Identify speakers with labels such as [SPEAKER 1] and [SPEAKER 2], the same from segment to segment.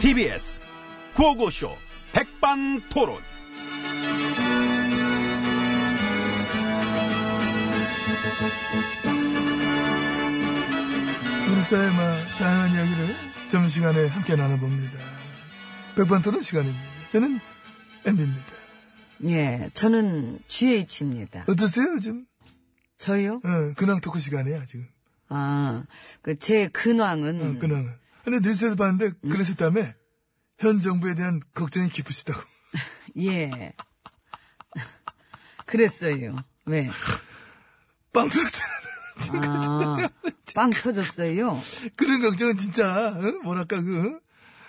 [SPEAKER 1] TBS 구호고쇼 백반토론.
[SPEAKER 2] 우리 사회의 막 다양한 이야기를 점심시간에 함께 나눠봅니다. 백반토론 시간입니다. 저는 MB입니다.
[SPEAKER 3] 예, 저는 GH입니다.
[SPEAKER 2] 어떠세요, 요즘?
[SPEAKER 3] 저요?
[SPEAKER 2] 어, 근황 토크 시간이야, 지금.
[SPEAKER 3] 아, 그 제 근황은
[SPEAKER 2] 어, 근황은. 근데 뉴스에서 봤는데,
[SPEAKER 3] 음.
[SPEAKER 2] 그러셨다며? 현 정부에 대한 걱정이 깊으시다고.
[SPEAKER 3] 예. 그랬어요. 왜?
[SPEAKER 2] 빵 터졌잖아.
[SPEAKER 3] 아, 빵 터졌어요.
[SPEAKER 2] 그런 걱정은 진짜, 어? 뭐랄까, 그,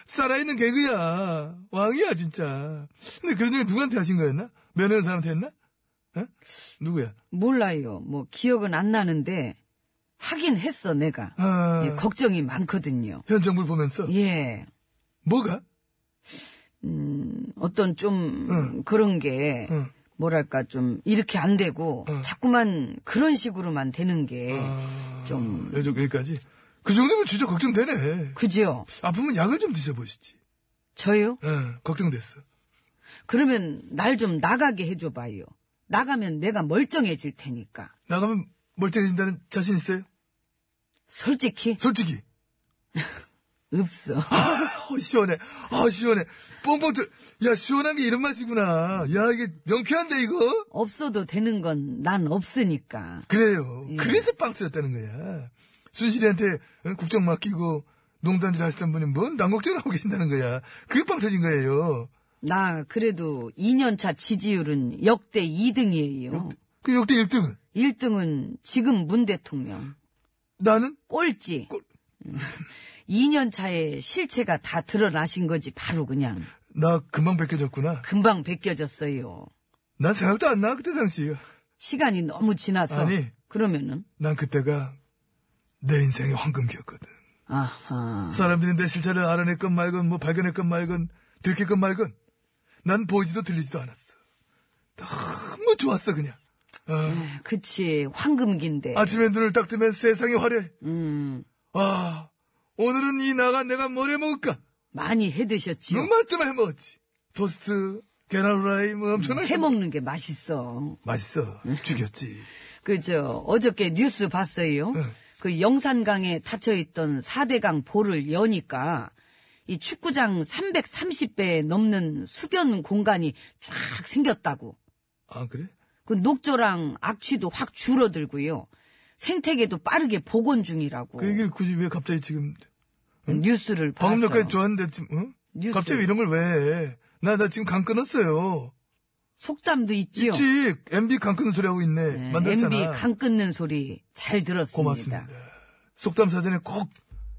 [SPEAKER 2] 살아있는 개그야. 왕이야, 진짜. 근데 그런 얘기 누구한테 하신 거였나? 면회원 사람한테 했나? 어? 누구야?
[SPEAKER 3] 몰라요. 뭐 기억은 안 나는데 하긴 했어 내가.
[SPEAKER 2] 아,
[SPEAKER 3] 예, 걱정이 많거든요.
[SPEAKER 2] 현 정부를 보면서.
[SPEAKER 3] 예.
[SPEAKER 2] 뭐가?
[SPEAKER 3] 음, 어떤 좀
[SPEAKER 2] 응.
[SPEAKER 3] 그런 게
[SPEAKER 2] 응.
[SPEAKER 3] 뭐랄까 좀 이렇게 안 되고
[SPEAKER 2] 응.
[SPEAKER 3] 자꾸만 그런 식으로만 되는 게
[SPEAKER 2] 아,
[SPEAKER 3] 좀-
[SPEAKER 2] 여기- 여기까지. 그 정도면 진짜 걱정되네.
[SPEAKER 3] 그죠?
[SPEAKER 2] 아프면 약을 좀 드셔보시지.
[SPEAKER 3] 저요?
[SPEAKER 2] 어, 걱정됐어.
[SPEAKER 3] 그러면 날 좀 나가게 해줘봐요. 나가면 내가 멀쩡해질 테니까.
[SPEAKER 2] 나가면 멀쩡해진다는 자신 있어요?
[SPEAKER 3] 솔직히
[SPEAKER 2] 솔직히.
[SPEAKER 3] 없어.
[SPEAKER 2] 어, 시원해. 아, 시원해. 뻥뻥 들. 야, 시원한 게 이런 맛이구나. 야, 이게 명쾌한데, 이거?
[SPEAKER 3] 없어도 되는 건 난 없으니까.
[SPEAKER 2] 그래요.
[SPEAKER 3] 예.
[SPEAKER 2] 그래서 빵터였다는 거야. 순실이한테 국정 맡기고 농단질 하시던 분이 뭔 난걱정을 하고 계신다는 거야. 그게 빵터진 거예요.
[SPEAKER 3] 나 그래도 2년차 지지율은 역대 2등이에요.
[SPEAKER 2] 그 역대 1등은?
[SPEAKER 3] 1등은 지금 문 대통령.
[SPEAKER 2] 나는?
[SPEAKER 3] 꼴찌. 음.
[SPEAKER 2] 꼴-
[SPEAKER 3] 2년차에 실체가 다 드러나신 거지 바로 그냥.
[SPEAKER 2] 나 금방 벗겨졌구나.
[SPEAKER 3] 금방 벗겨졌어요.
[SPEAKER 2] 난 생각도 안 나, 그때 당시.
[SPEAKER 3] 시간이 너무 지나서.
[SPEAKER 2] 아니.
[SPEAKER 3] 그러면은
[SPEAKER 2] 난 그때가 내 인생의 황금기였거든.
[SPEAKER 3] 아하.
[SPEAKER 2] 사람들이 내 실체를 알아냈건 말건, 뭐 발견했건 말건, 들켰건 말건, 난 보이지도 들리지도 않았어. 너무 좋았어, 그냥. 어.
[SPEAKER 3] 그치 황금기인데.
[SPEAKER 2] 아침에 눈을 딱 뜨면 세상이 화려해.
[SPEAKER 3] 음
[SPEAKER 2] 아, 오늘은 이 나간 내가 뭘 해먹을까?
[SPEAKER 3] 많이 해드셨지요.
[SPEAKER 2] 눈만 뜨면 해먹었지. 토스트, 계란 후라이, 뭐 엄청나게.
[SPEAKER 3] 해먹는 게 맛있어.
[SPEAKER 2] 맛있어. 죽였지.
[SPEAKER 3] 그저 어저께 뉴스 봤어요.
[SPEAKER 2] 네.
[SPEAKER 3] 그 영산강에 닫혀 있던 4대강 보를 여니까 이 축구장 330배 넘는 수변 공간이 쫙 생겼다고.
[SPEAKER 2] 아, 그래?
[SPEAKER 3] 그 녹조랑 악취도 확 줄어들고요. 생태계도 빠르게 복원 중이라고
[SPEAKER 2] 그 얘기를 그 굳이 왜 갑자기 지금
[SPEAKER 3] 뉴스를
[SPEAKER 2] 방금
[SPEAKER 3] 봤어.
[SPEAKER 2] 전까지 좋았는데 지금 응?
[SPEAKER 3] 뉴스.
[SPEAKER 2] 갑자기 이런 걸 왜? 나 나 지금 강 끊었어요.
[SPEAKER 3] 속담도 있지요.
[SPEAKER 2] 있지 MB 강 끊는 소리 하고 있네.
[SPEAKER 3] 네,
[SPEAKER 2] 만들었잖아.
[SPEAKER 3] MB 강 끊는 소리 잘 들었습니다.
[SPEAKER 2] 고맙습니다. 속담 사전에 꼭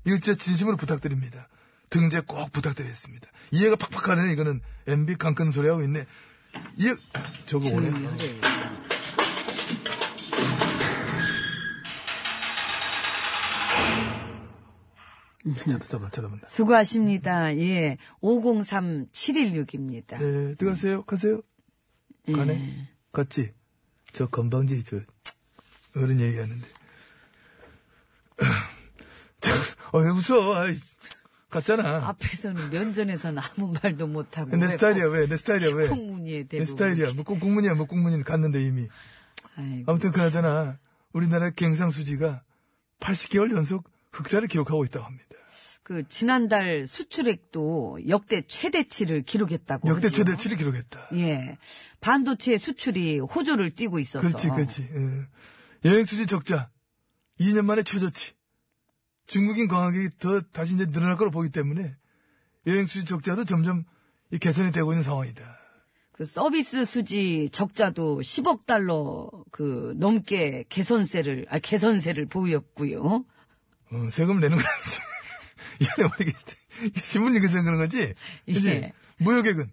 [SPEAKER 2] 이거 진짜 진심으로 부탁드립니다. 등재 꼭 부탁드리겠습니다. 이해가 팍팍하네 이거는 MB 강 끊는 소리 하고 있네. 이해 저거 오네.
[SPEAKER 3] 조용히 하래요.
[SPEAKER 2] 잠깐만 잠깐만.
[SPEAKER 3] 수고하십니다. 예. 503716입니다.
[SPEAKER 2] 네 들어가세요. 가세요. 가네. 갔지. 저 건방지 저 어른 얘기하는데. 저, 어, 왜 웃어? 아이, 갔잖아.
[SPEAKER 3] 앞에서는 면전에서는 아무 말도 못하고.
[SPEAKER 2] 내
[SPEAKER 3] 왜 어?
[SPEAKER 2] 스타일이야 왜? 내 스타일이야 왜?
[SPEAKER 3] 콩문이에 대고.
[SPEAKER 2] 내 스타일이야. 뭐 꼭 공문이야. 뭐 공문이 갔는데 이미.
[SPEAKER 3] 아이고,
[SPEAKER 2] 아무튼 그나저나 우리나라 갱상수지가 80개월 연속 흑자를 기록하고 있다고 합니다.
[SPEAKER 3] 그 지난달 수출액도 역대 최대치를 기록했다고.
[SPEAKER 2] 역대
[SPEAKER 3] 하지요?
[SPEAKER 2] 최대치를 기록했다.
[SPEAKER 3] 예. 반도체 수출이 호조를 띠고 있어서.
[SPEAKER 2] 그렇지, 그렇지. 예. 여행 수지 적자 2년 만에 최저치. 중국인 관광객이 더 다시 이제 늘어날 걸로 보기 때문에 여행 수지 적자도 점점 이 개선이 되고 있는 상황이다.
[SPEAKER 3] 그 서비스 수지 적자도 10억 달러 그 넘게 개선세를 아 개선세를 보였고요.
[SPEAKER 2] 어, 세금 내는 거 아니지? 이 안에 모르겠지. 신문 읽어서 그런 거지? 그치?
[SPEAKER 3] 예.
[SPEAKER 2] 무역액은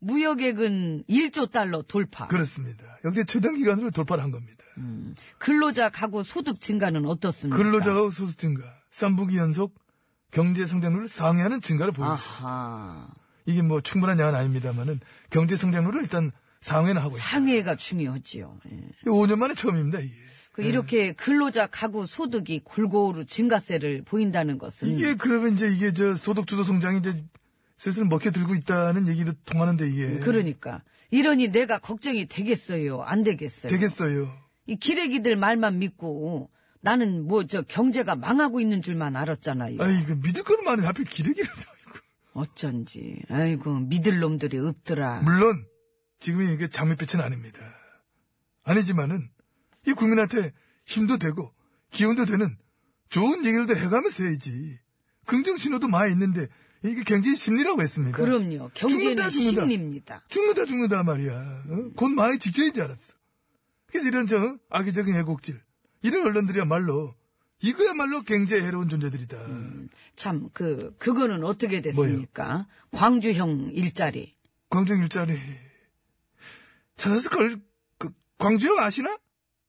[SPEAKER 3] 무역액은 1조 달러 돌파.
[SPEAKER 2] 그렇습니다. 역대 최단 기간으로 돌파를 한 겁니다.
[SPEAKER 3] 음. 근로자 가구 소득 증가는 어떻습니까?
[SPEAKER 2] 근로자가 소득 증가, 쌈부기 연속 경제 성장률을 상회하는 증가를 보이고 있습니다.
[SPEAKER 3] 아하.
[SPEAKER 2] 이게 뭐 충분한 양은 아닙니다만은 경제 성장률을 일단 상회는 하고 있습니다.
[SPEAKER 3] 상해가 중요하지요. 예.
[SPEAKER 2] 5년 만에 처음입니다. 이게,
[SPEAKER 3] 그 이렇게 근로자 가구 소득이 골고루 증가세를 보인다는 것은
[SPEAKER 2] 이게 그러면 이제 이게 저 소득 주도 성장이 이제 슬슬 먹혀들고 있다는 얘기로 통하는데 이게
[SPEAKER 3] 그러니까 이러니 내가 걱정이 되겠어요, 안 되겠어요.
[SPEAKER 2] 되겠어요.
[SPEAKER 3] 이 기레기들 말만 믿고 나는 뭐 저 경제가 망하고 있는 줄만 알았잖아요.
[SPEAKER 2] 아이고 그 믿을 거는 많은 하필 기르기를 아이고.
[SPEAKER 3] 어쩐지 아이고 믿을 놈들이 없더라.
[SPEAKER 2] 물론 지금이 이게 장밋빛은 아닙니다. 아니지만은 이 국민한테 힘도 되고 기운도 되는 좋은 얘기를도 해가면서 해야지. 긍정 신호도 많이 있는데 이게 경제 심리라고 했습니다.
[SPEAKER 3] 그럼요.
[SPEAKER 2] 죽는다, 죽는다.
[SPEAKER 3] 경제는 심리입니다.
[SPEAKER 2] 죽는다 죽는다 말이야. 어? 곧 많이 직전인 줄 알았어. 그래서 이런 저 악의적인 애곡질 이런 언론들이야말로 이거야말로 경제에 해로운 존재들이다.
[SPEAKER 3] 음. 참, 그, 그거는 어떻게 됐습니까? 광주형 일자리.
[SPEAKER 2] 광주 일자리 찾아서 걸 그, 광주형 아시나?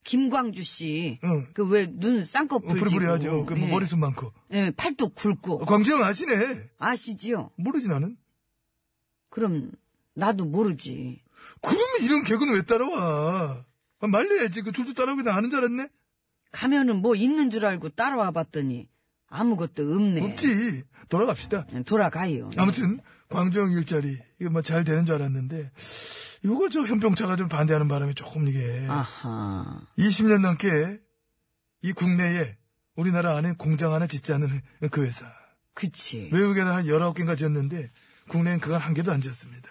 [SPEAKER 3] 김광주 씨.
[SPEAKER 2] 응.
[SPEAKER 3] 그 왜 눈
[SPEAKER 2] 어,
[SPEAKER 3] 쌍꺼풀 지고
[SPEAKER 2] 부리부리하죠. 그
[SPEAKER 3] 예.
[SPEAKER 2] 머리숱 많고
[SPEAKER 3] 예, 팔뚝 굵고.
[SPEAKER 2] 어, 광주형 아시네.
[SPEAKER 3] 아시지요?
[SPEAKER 2] 모르지 나는.
[SPEAKER 3] 그럼 나도 모르지.
[SPEAKER 2] 그러면 이런 개그는 왜 따라와? 아, 말려야지. 그 줄줄 따라오게 나 아는 줄 알았네.
[SPEAKER 3] 가면은 뭐 있는 줄 알고 따라와 봤더니 아무것도 없네.
[SPEAKER 2] 없지. 돌아갑시다.
[SPEAKER 3] 예, 돌아가요. 예.
[SPEAKER 2] 아무튼 광주형 일자리 이거 뭐 잘 되는 줄 알았는데 요거 저 현병차가 좀 반대하는 바람에 조금 이게
[SPEAKER 3] 아하.
[SPEAKER 2] 20년 넘게 이 국내에 우리나라 안에 공장 하나 짓지 않은 그 회사
[SPEAKER 3] 그치.
[SPEAKER 2] 외국에는 한 19개인가 지었는데 국내엔 그간 한 개도 안 지었습니다.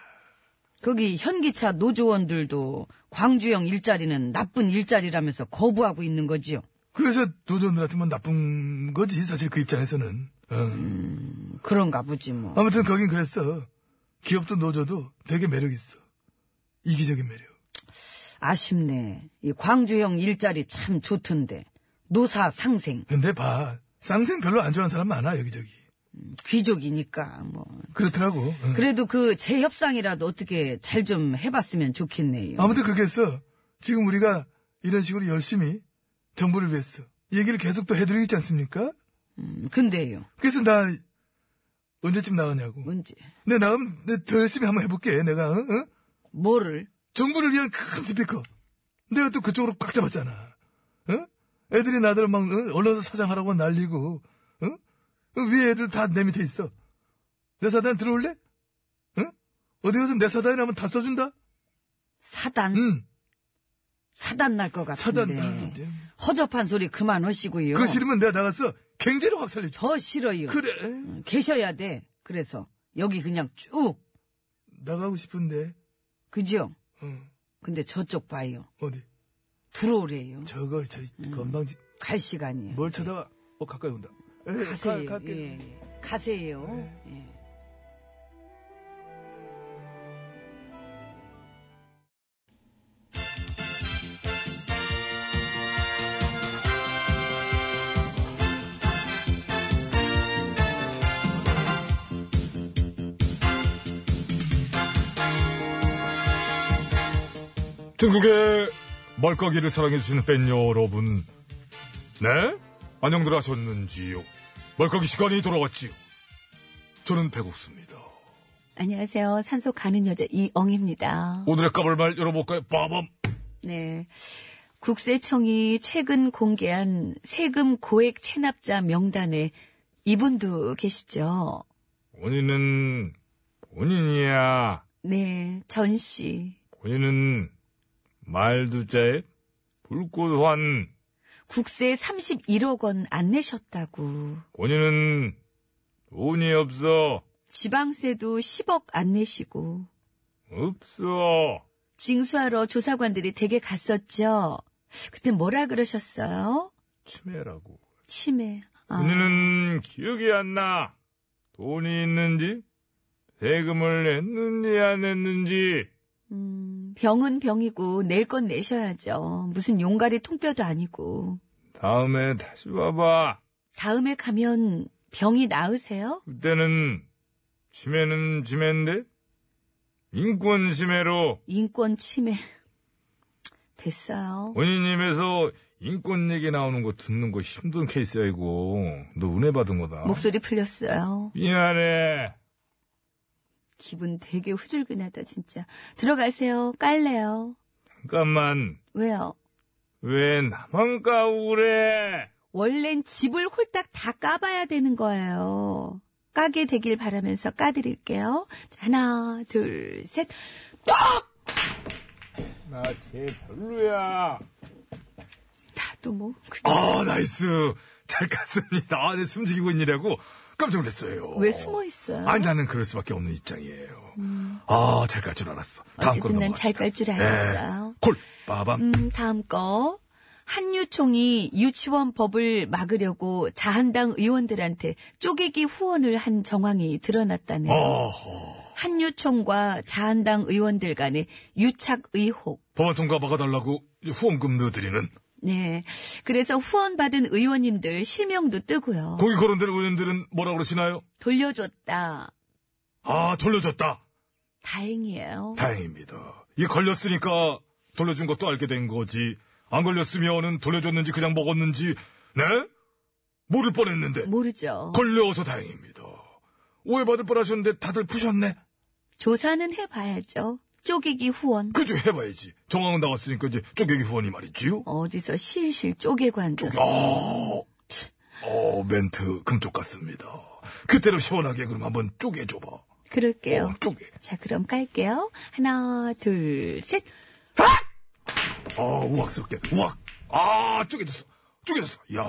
[SPEAKER 3] 거기 현기차 노조원들도 광주형 일자리는 나쁜 일자리라면서 거부하고 있는 거지요.
[SPEAKER 2] 그래서 노조들한테 뭐 나쁜 거지 사실 그 입장에서는 어.
[SPEAKER 3] 그런가 보지 뭐.
[SPEAKER 2] 아무튼 거긴 그랬어 기업도 노조도 되게 매력 있어 이기적인 매력
[SPEAKER 3] 아쉽네. 이 광주형 일자리 참 좋던데. 노사 상생.
[SPEAKER 2] 근데 봐 쌍생 별로 안 좋아하는 사람 많아 여기저기
[SPEAKER 3] 귀족이니까, 뭐.
[SPEAKER 2] 그렇더라고 어.
[SPEAKER 3] 그래도 그 재협상이라도 어떻게 잘 좀 해봤으면 좋겠네요.
[SPEAKER 2] 아무튼 그게서 지금 우리가 이런 식으로 열심히 정부를 위해서 얘기를 계속 또 해드리고 있지 않습니까?
[SPEAKER 3] 음, 근데요.
[SPEAKER 2] 그래서 나 언제쯤 나가냐고.
[SPEAKER 3] 뭔지.
[SPEAKER 2] 내 나가면 내더 열심히 한번 해볼게. 내가 어? 응? 응?
[SPEAKER 3] 뭐를?
[SPEAKER 2] 정부를 위한 큰 스피커. 내가 또 그쪽으로 꽉 잡았잖아. 응? 애들이 나들 막 응? 언론사 사장하라고 날리고 응? 응, 위에 애들 다 내 밑에 있어. 내 사단 들어올래? 응? 어디 가서 내 사단이라 하면 다 써준다?
[SPEAKER 3] 사단?
[SPEAKER 2] 응.
[SPEAKER 3] 사단 날 것
[SPEAKER 2] 음. 사단.
[SPEAKER 3] 같은데.
[SPEAKER 2] 네.
[SPEAKER 3] 허접한 소리 그만하시고요.
[SPEAKER 2] 그거 싫으면 내가 나가서 경제를 확 살려줘.
[SPEAKER 3] 더 싫어요.
[SPEAKER 2] 그래.
[SPEAKER 3] 음, 계셔야 돼. 그래서 여기 그냥 쭉.
[SPEAKER 2] 나가고 싶은데,
[SPEAKER 3] 그죠?
[SPEAKER 2] 어,
[SPEAKER 3] 근데 저쪽 봐요.
[SPEAKER 2] 어디?
[SPEAKER 3] 들어오래요.
[SPEAKER 2] 저거, 저, 건방지,
[SPEAKER 3] 갈 시간이에요.
[SPEAKER 2] 뭘 쳐다봐. 어, 가까이 네. 온다. 에,
[SPEAKER 3] 가세요.
[SPEAKER 2] 가- 갈게.
[SPEAKER 3] 예, 예. 가세요. 예.
[SPEAKER 4] 전국의 말까기를 사랑해주시는 팬 여러분. 네? 안녕들 하셨는지요? 말까기 시간이 돌아왔지요. 저는 배고프습니다.
[SPEAKER 5] 안녕하세요. 산소 가는 여자 이엉입니다.
[SPEAKER 4] 오늘의 까불말 열어볼까요? 빠밤!
[SPEAKER 5] 네. 국세청이 최근 공개한 세금 고액 체납자 명단에 이분도 계시죠?
[SPEAKER 4] 본인은, 본인이야.
[SPEAKER 5] 네, 전 씨.
[SPEAKER 4] 본인은 말두자에 불꽃환.
[SPEAKER 5] 국세 31억 원 안 내셨다고.
[SPEAKER 4] 본인은 돈이 없어.
[SPEAKER 5] 지방세도 10억 안 내시고.
[SPEAKER 4] 없어.
[SPEAKER 5] 징수하러 조사관들이 되게 갔었죠? 그때 뭐라 그러셨어요?
[SPEAKER 4] 치매라고.
[SPEAKER 5] 치매. 아,
[SPEAKER 4] 본인은 기억이 안 나. 돈이 있는지, 세금을 냈는지 안 냈는지.
[SPEAKER 5] 음, 병은 병이고 낼 건 내셔야죠. 무슨 용가리 통뼈도 아니고.
[SPEAKER 4] 다음에 다시 와봐.
[SPEAKER 5] 다음에 가면 병이 나으세요?
[SPEAKER 4] 그때는 치매는 치매인데 인권 침해로
[SPEAKER 5] 인권 침해. 됐어요.
[SPEAKER 4] 본인 입에서 인권 얘기 나오는 거 듣는 거 힘든 케이스야 이거. 너 은혜 받은 거다.
[SPEAKER 5] 목소리 풀렸어요.
[SPEAKER 4] 미안해.
[SPEAKER 5] 기분 되게 후줄근하다, 진짜. 들어가세요. 깔래요.
[SPEAKER 4] 잠깐만.
[SPEAKER 5] 왜요?
[SPEAKER 4] 왜 나만 까고 그래?
[SPEAKER 5] 원래는 집을 홀딱 다 까봐야 되는 거예요.
[SPEAKER 3] 까게 되길 바라면서 까드릴게요. 자, 하나, 둘, 셋.
[SPEAKER 2] 나쟤 별로야.
[SPEAKER 3] 나도 뭐. 그-
[SPEAKER 2] 아, 나이스. 잘 갔습니다. 아, 내 숨죽이고 있느라고 깜짝 놀랐어요.
[SPEAKER 3] 왜 숨어 있어요? 음.
[SPEAKER 2] 아니, 나는 그럴 수밖에 없는 입장이에요. 아, 잘 갈 줄 알았어. 다음 네. 거
[SPEAKER 3] 어쨌든 난
[SPEAKER 2] 넘어갑시다.
[SPEAKER 3] 잘 갈 줄 알았어요.
[SPEAKER 2] 예. 콜, 빠밤.
[SPEAKER 3] 음, 다음 거. 한유총이 유치원 법을 막으려고 자한당 의원들한테 쪼개기 후원을 한 정황이 드러났다네요.
[SPEAKER 2] 어허.
[SPEAKER 3] 한유총과 자한당 의원들 간의 유착 의혹.
[SPEAKER 2] 법안 통과 막아달라고 후원금 넣어드리는.
[SPEAKER 3] 네. 그래서 후원받은 의원님들 실명도 뜨고요.
[SPEAKER 2] 거기 거론된 의원님들은 뭐라 그러시나요?
[SPEAKER 3] 돌려줬다.
[SPEAKER 2] 아, 돌려줬다.
[SPEAKER 3] 다행이에요.
[SPEAKER 2] 다행입니다. 이게 걸렸으니까 돌려준 것도 알게 된 거지. 안 걸렸으면은 돌려줬는지 그냥 먹었는지, 네? 모를 뻔했는데.
[SPEAKER 3] 모르죠.
[SPEAKER 2] 걸려서 다행입니다. 오해받을 뻔하셨는데 다들 푸셨네.
[SPEAKER 3] 조사는 해봐야죠. 쪼개기 후원.
[SPEAKER 2] 그죠 해봐야지. 정황은 나왔으니까 이제 쪼개기 후원이 말이지요.
[SPEAKER 3] 어디서 실실 쪼개고 한다.
[SPEAKER 2] 어, 어 멘트 금쪽 같습니다. 그때로 시원하게 그럼 한번 쪼개줘봐. 어,
[SPEAKER 3] 그럴게요.
[SPEAKER 2] 쪼개.
[SPEAKER 3] 자, 그럼 깔게요. 하나, 둘, 셋.
[SPEAKER 2] 아 우악스럽게 우악. 아 쪼개졌어. 쪼개졌어. 이야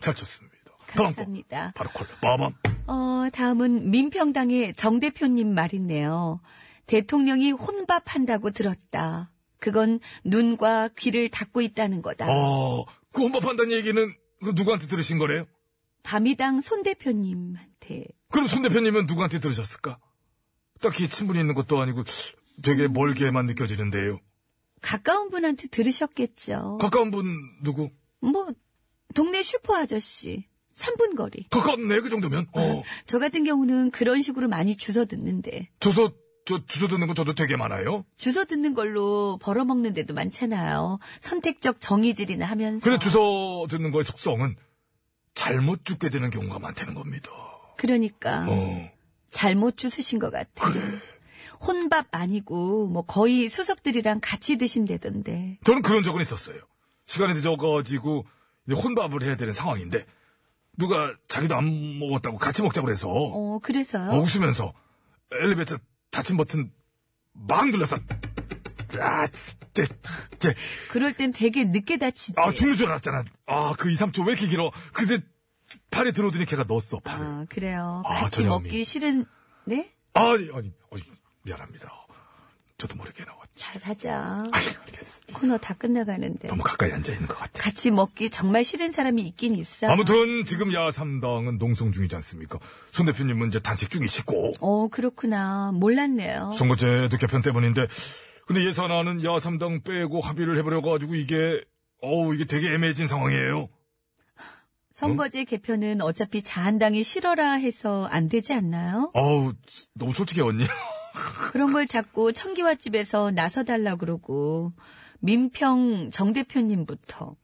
[SPEAKER 2] 잘 쳤습니다. 다음 거
[SPEAKER 3] 감사합니다.
[SPEAKER 2] 바로 콜. 빠밤.
[SPEAKER 3] 어, 다음은 민평당의 정 대표님 말인데요. 대통령이 혼밥한다고 들었다. 그건 눈과 귀를 닫고 있다는 거다.
[SPEAKER 2] 어, 그 혼밥한다는 얘기는 그 누구한테 들으신 거래요?
[SPEAKER 3] 밤이당 손 대표님한테
[SPEAKER 2] 그럼 손 대표님은 누구한테 들으셨을까? 딱히 친분이 있는 것도 아니고 되게 멀게만 느껴지는데요.
[SPEAKER 3] 가까운 분한테 들으셨겠죠.
[SPEAKER 2] 가까운 분 누구?
[SPEAKER 3] 뭐 동네 슈퍼 아저씨 3분 거리.
[SPEAKER 2] 가깝네 그 정도면. 어.
[SPEAKER 3] 저 같은 경우는 그런 식으로 많이 주워 듣는데
[SPEAKER 2] 주소 저 주소 듣는 거 저도 되게 많아요.
[SPEAKER 3] 주워 듣는 걸로 벌어먹는 데도 많잖아요. 선택적 정의질이나 하면서.
[SPEAKER 2] 근데 주소 듣는 거의 속성은 잘못 죽게 되는 경우가 많다는 겁니다.
[SPEAKER 3] 그러니까
[SPEAKER 2] 어.
[SPEAKER 3] 잘못 주수신 것 같아.
[SPEAKER 2] 그래.
[SPEAKER 3] 혼밥 아니고 뭐 거의 수석들이랑 같이 드신다던데.
[SPEAKER 2] 저는 그런 적은 있었어요. 시간이 늦어가지고 이제 혼밥을 해야 되는 상황인데 누가 자기도 안 먹었다고 같이 먹자고 그래서
[SPEAKER 3] 어 그래서요.
[SPEAKER 2] 어, 웃으면서 엘리베이터 닫힌 버튼 막 눌렀어. 아, 진짜, 진짜.
[SPEAKER 3] 그럴 땐 되게 늦게 다치지.
[SPEAKER 2] 아, 죽는 줄 알았잖아. 아, 그 2, 3초 왜 이렇게 길어? 근데 팔에 들어오더니 걔가 넣었어, 팔을.
[SPEAKER 3] 아, 그래요.
[SPEAKER 2] 아,
[SPEAKER 3] 같이
[SPEAKER 2] 전혀
[SPEAKER 3] 먹기 싫은 네.
[SPEAKER 2] 아니, 아니, 아니, 미안합니다. 저도 모르게 나왔지.
[SPEAKER 3] 잘하자.
[SPEAKER 2] 아니, 알겠습니다.
[SPEAKER 3] 코너 다 끝나가는데.
[SPEAKER 2] 너무 가까이 앉아있는 것 같아.
[SPEAKER 3] 같이 먹기 정말 싫은 사람이 있긴 있어.
[SPEAKER 2] 아무튼, 지금 야삼당은 농성 중이지 않습니까? 손 대표님은 이제 단식 중이시고,
[SPEAKER 3] 어, 그렇구나. 몰랐네요.
[SPEAKER 2] 선거제도 개편 때문인데, 근데 예산안은 야삼당 빼고 합의를 해버려가지고, 이게, 어우, 이게 되게 애매해진 상황이에요.
[SPEAKER 3] 선거제 개편은 어차피 자한당이 싫어라 해서 안 되지 않나요?
[SPEAKER 2] 어우, 너무 솔직해, 언니.
[SPEAKER 3] 그런 걸 자꾸 청기화 집에서 나서달라 그러고, 민평 정 대표님부터.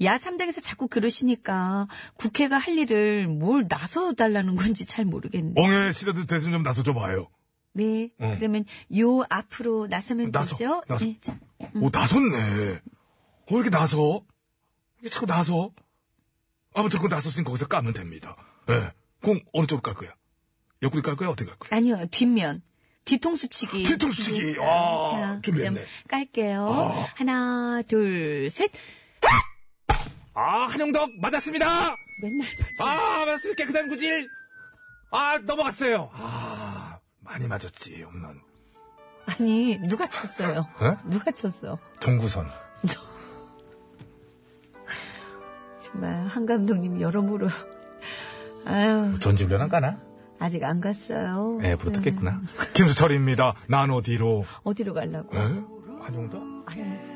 [SPEAKER 3] 야삼당에서 자꾸 그러시니까 국회가 할 일을 뭘 나서달라는 건지 잘 모르겠네.
[SPEAKER 2] 멍에 시대도 대신 좀 나서줘 봐요.
[SPEAKER 3] 네.
[SPEAKER 2] 어.
[SPEAKER 3] 그러면 요 앞으로 나서면
[SPEAKER 2] 나서,
[SPEAKER 3] 되죠?
[SPEAKER 2] 나서.
[SPEAKER 3] 네, 자.
[SPEAKER 2] 오, 나섰네. 어, 이렇게 나서? 이게 자꾸 나서? 아무튼 그 나섰으니 거기서 까면 됩니다. 예. 공 어느 쪽으로 깔 거야? 옆구리 깔 거야? 어떻게 깔 거야?
[SPEAKER 3] 아니요, 뒷면. 뒤통수 치기.
[SPEAKER 2] 뒤통수 치기.
[SPEAKER 3] 있어요.
[SPEAKER 2] 아,
[SPEAKER 3] 자,
[SPEAKER 2] 준비했네.
[SPEAKER 3] 그럼 깔게요. 하나, 둘, 셋.
[SPEAKER 2] 아, 한영덕 맞았습니다!
[SPEAKER 3] 맨날
[SPEAKER 2] 아, 맞았습니다. 깨끗한 구질! 아, 넘어갔어요. 아, 많이 맞았지, 홈런. 예?
[SPEAKER 3] 아니, 누가 쳤어요?
[SPEAKER 2] 에?
[SPEAKER 3] 누가 쳤어?
[SPEAKER 2] 동구선.
[SPEAKER 3] 정말 한 감독님 여러모로 아유,
[SPEAKER 2] 전지훈련은 까나?
[SPEAKER 3] 아직 안 갔어요.
[SPEAKER 2] 예, 부로 뜯겠구나. 김수철입니다. 나노 디로. 네.
[SPEAKER 3] 어디로 네. 가려고?
[SPEAKER 2] 예? 한용덕?
[SPEAKER 3] 아니,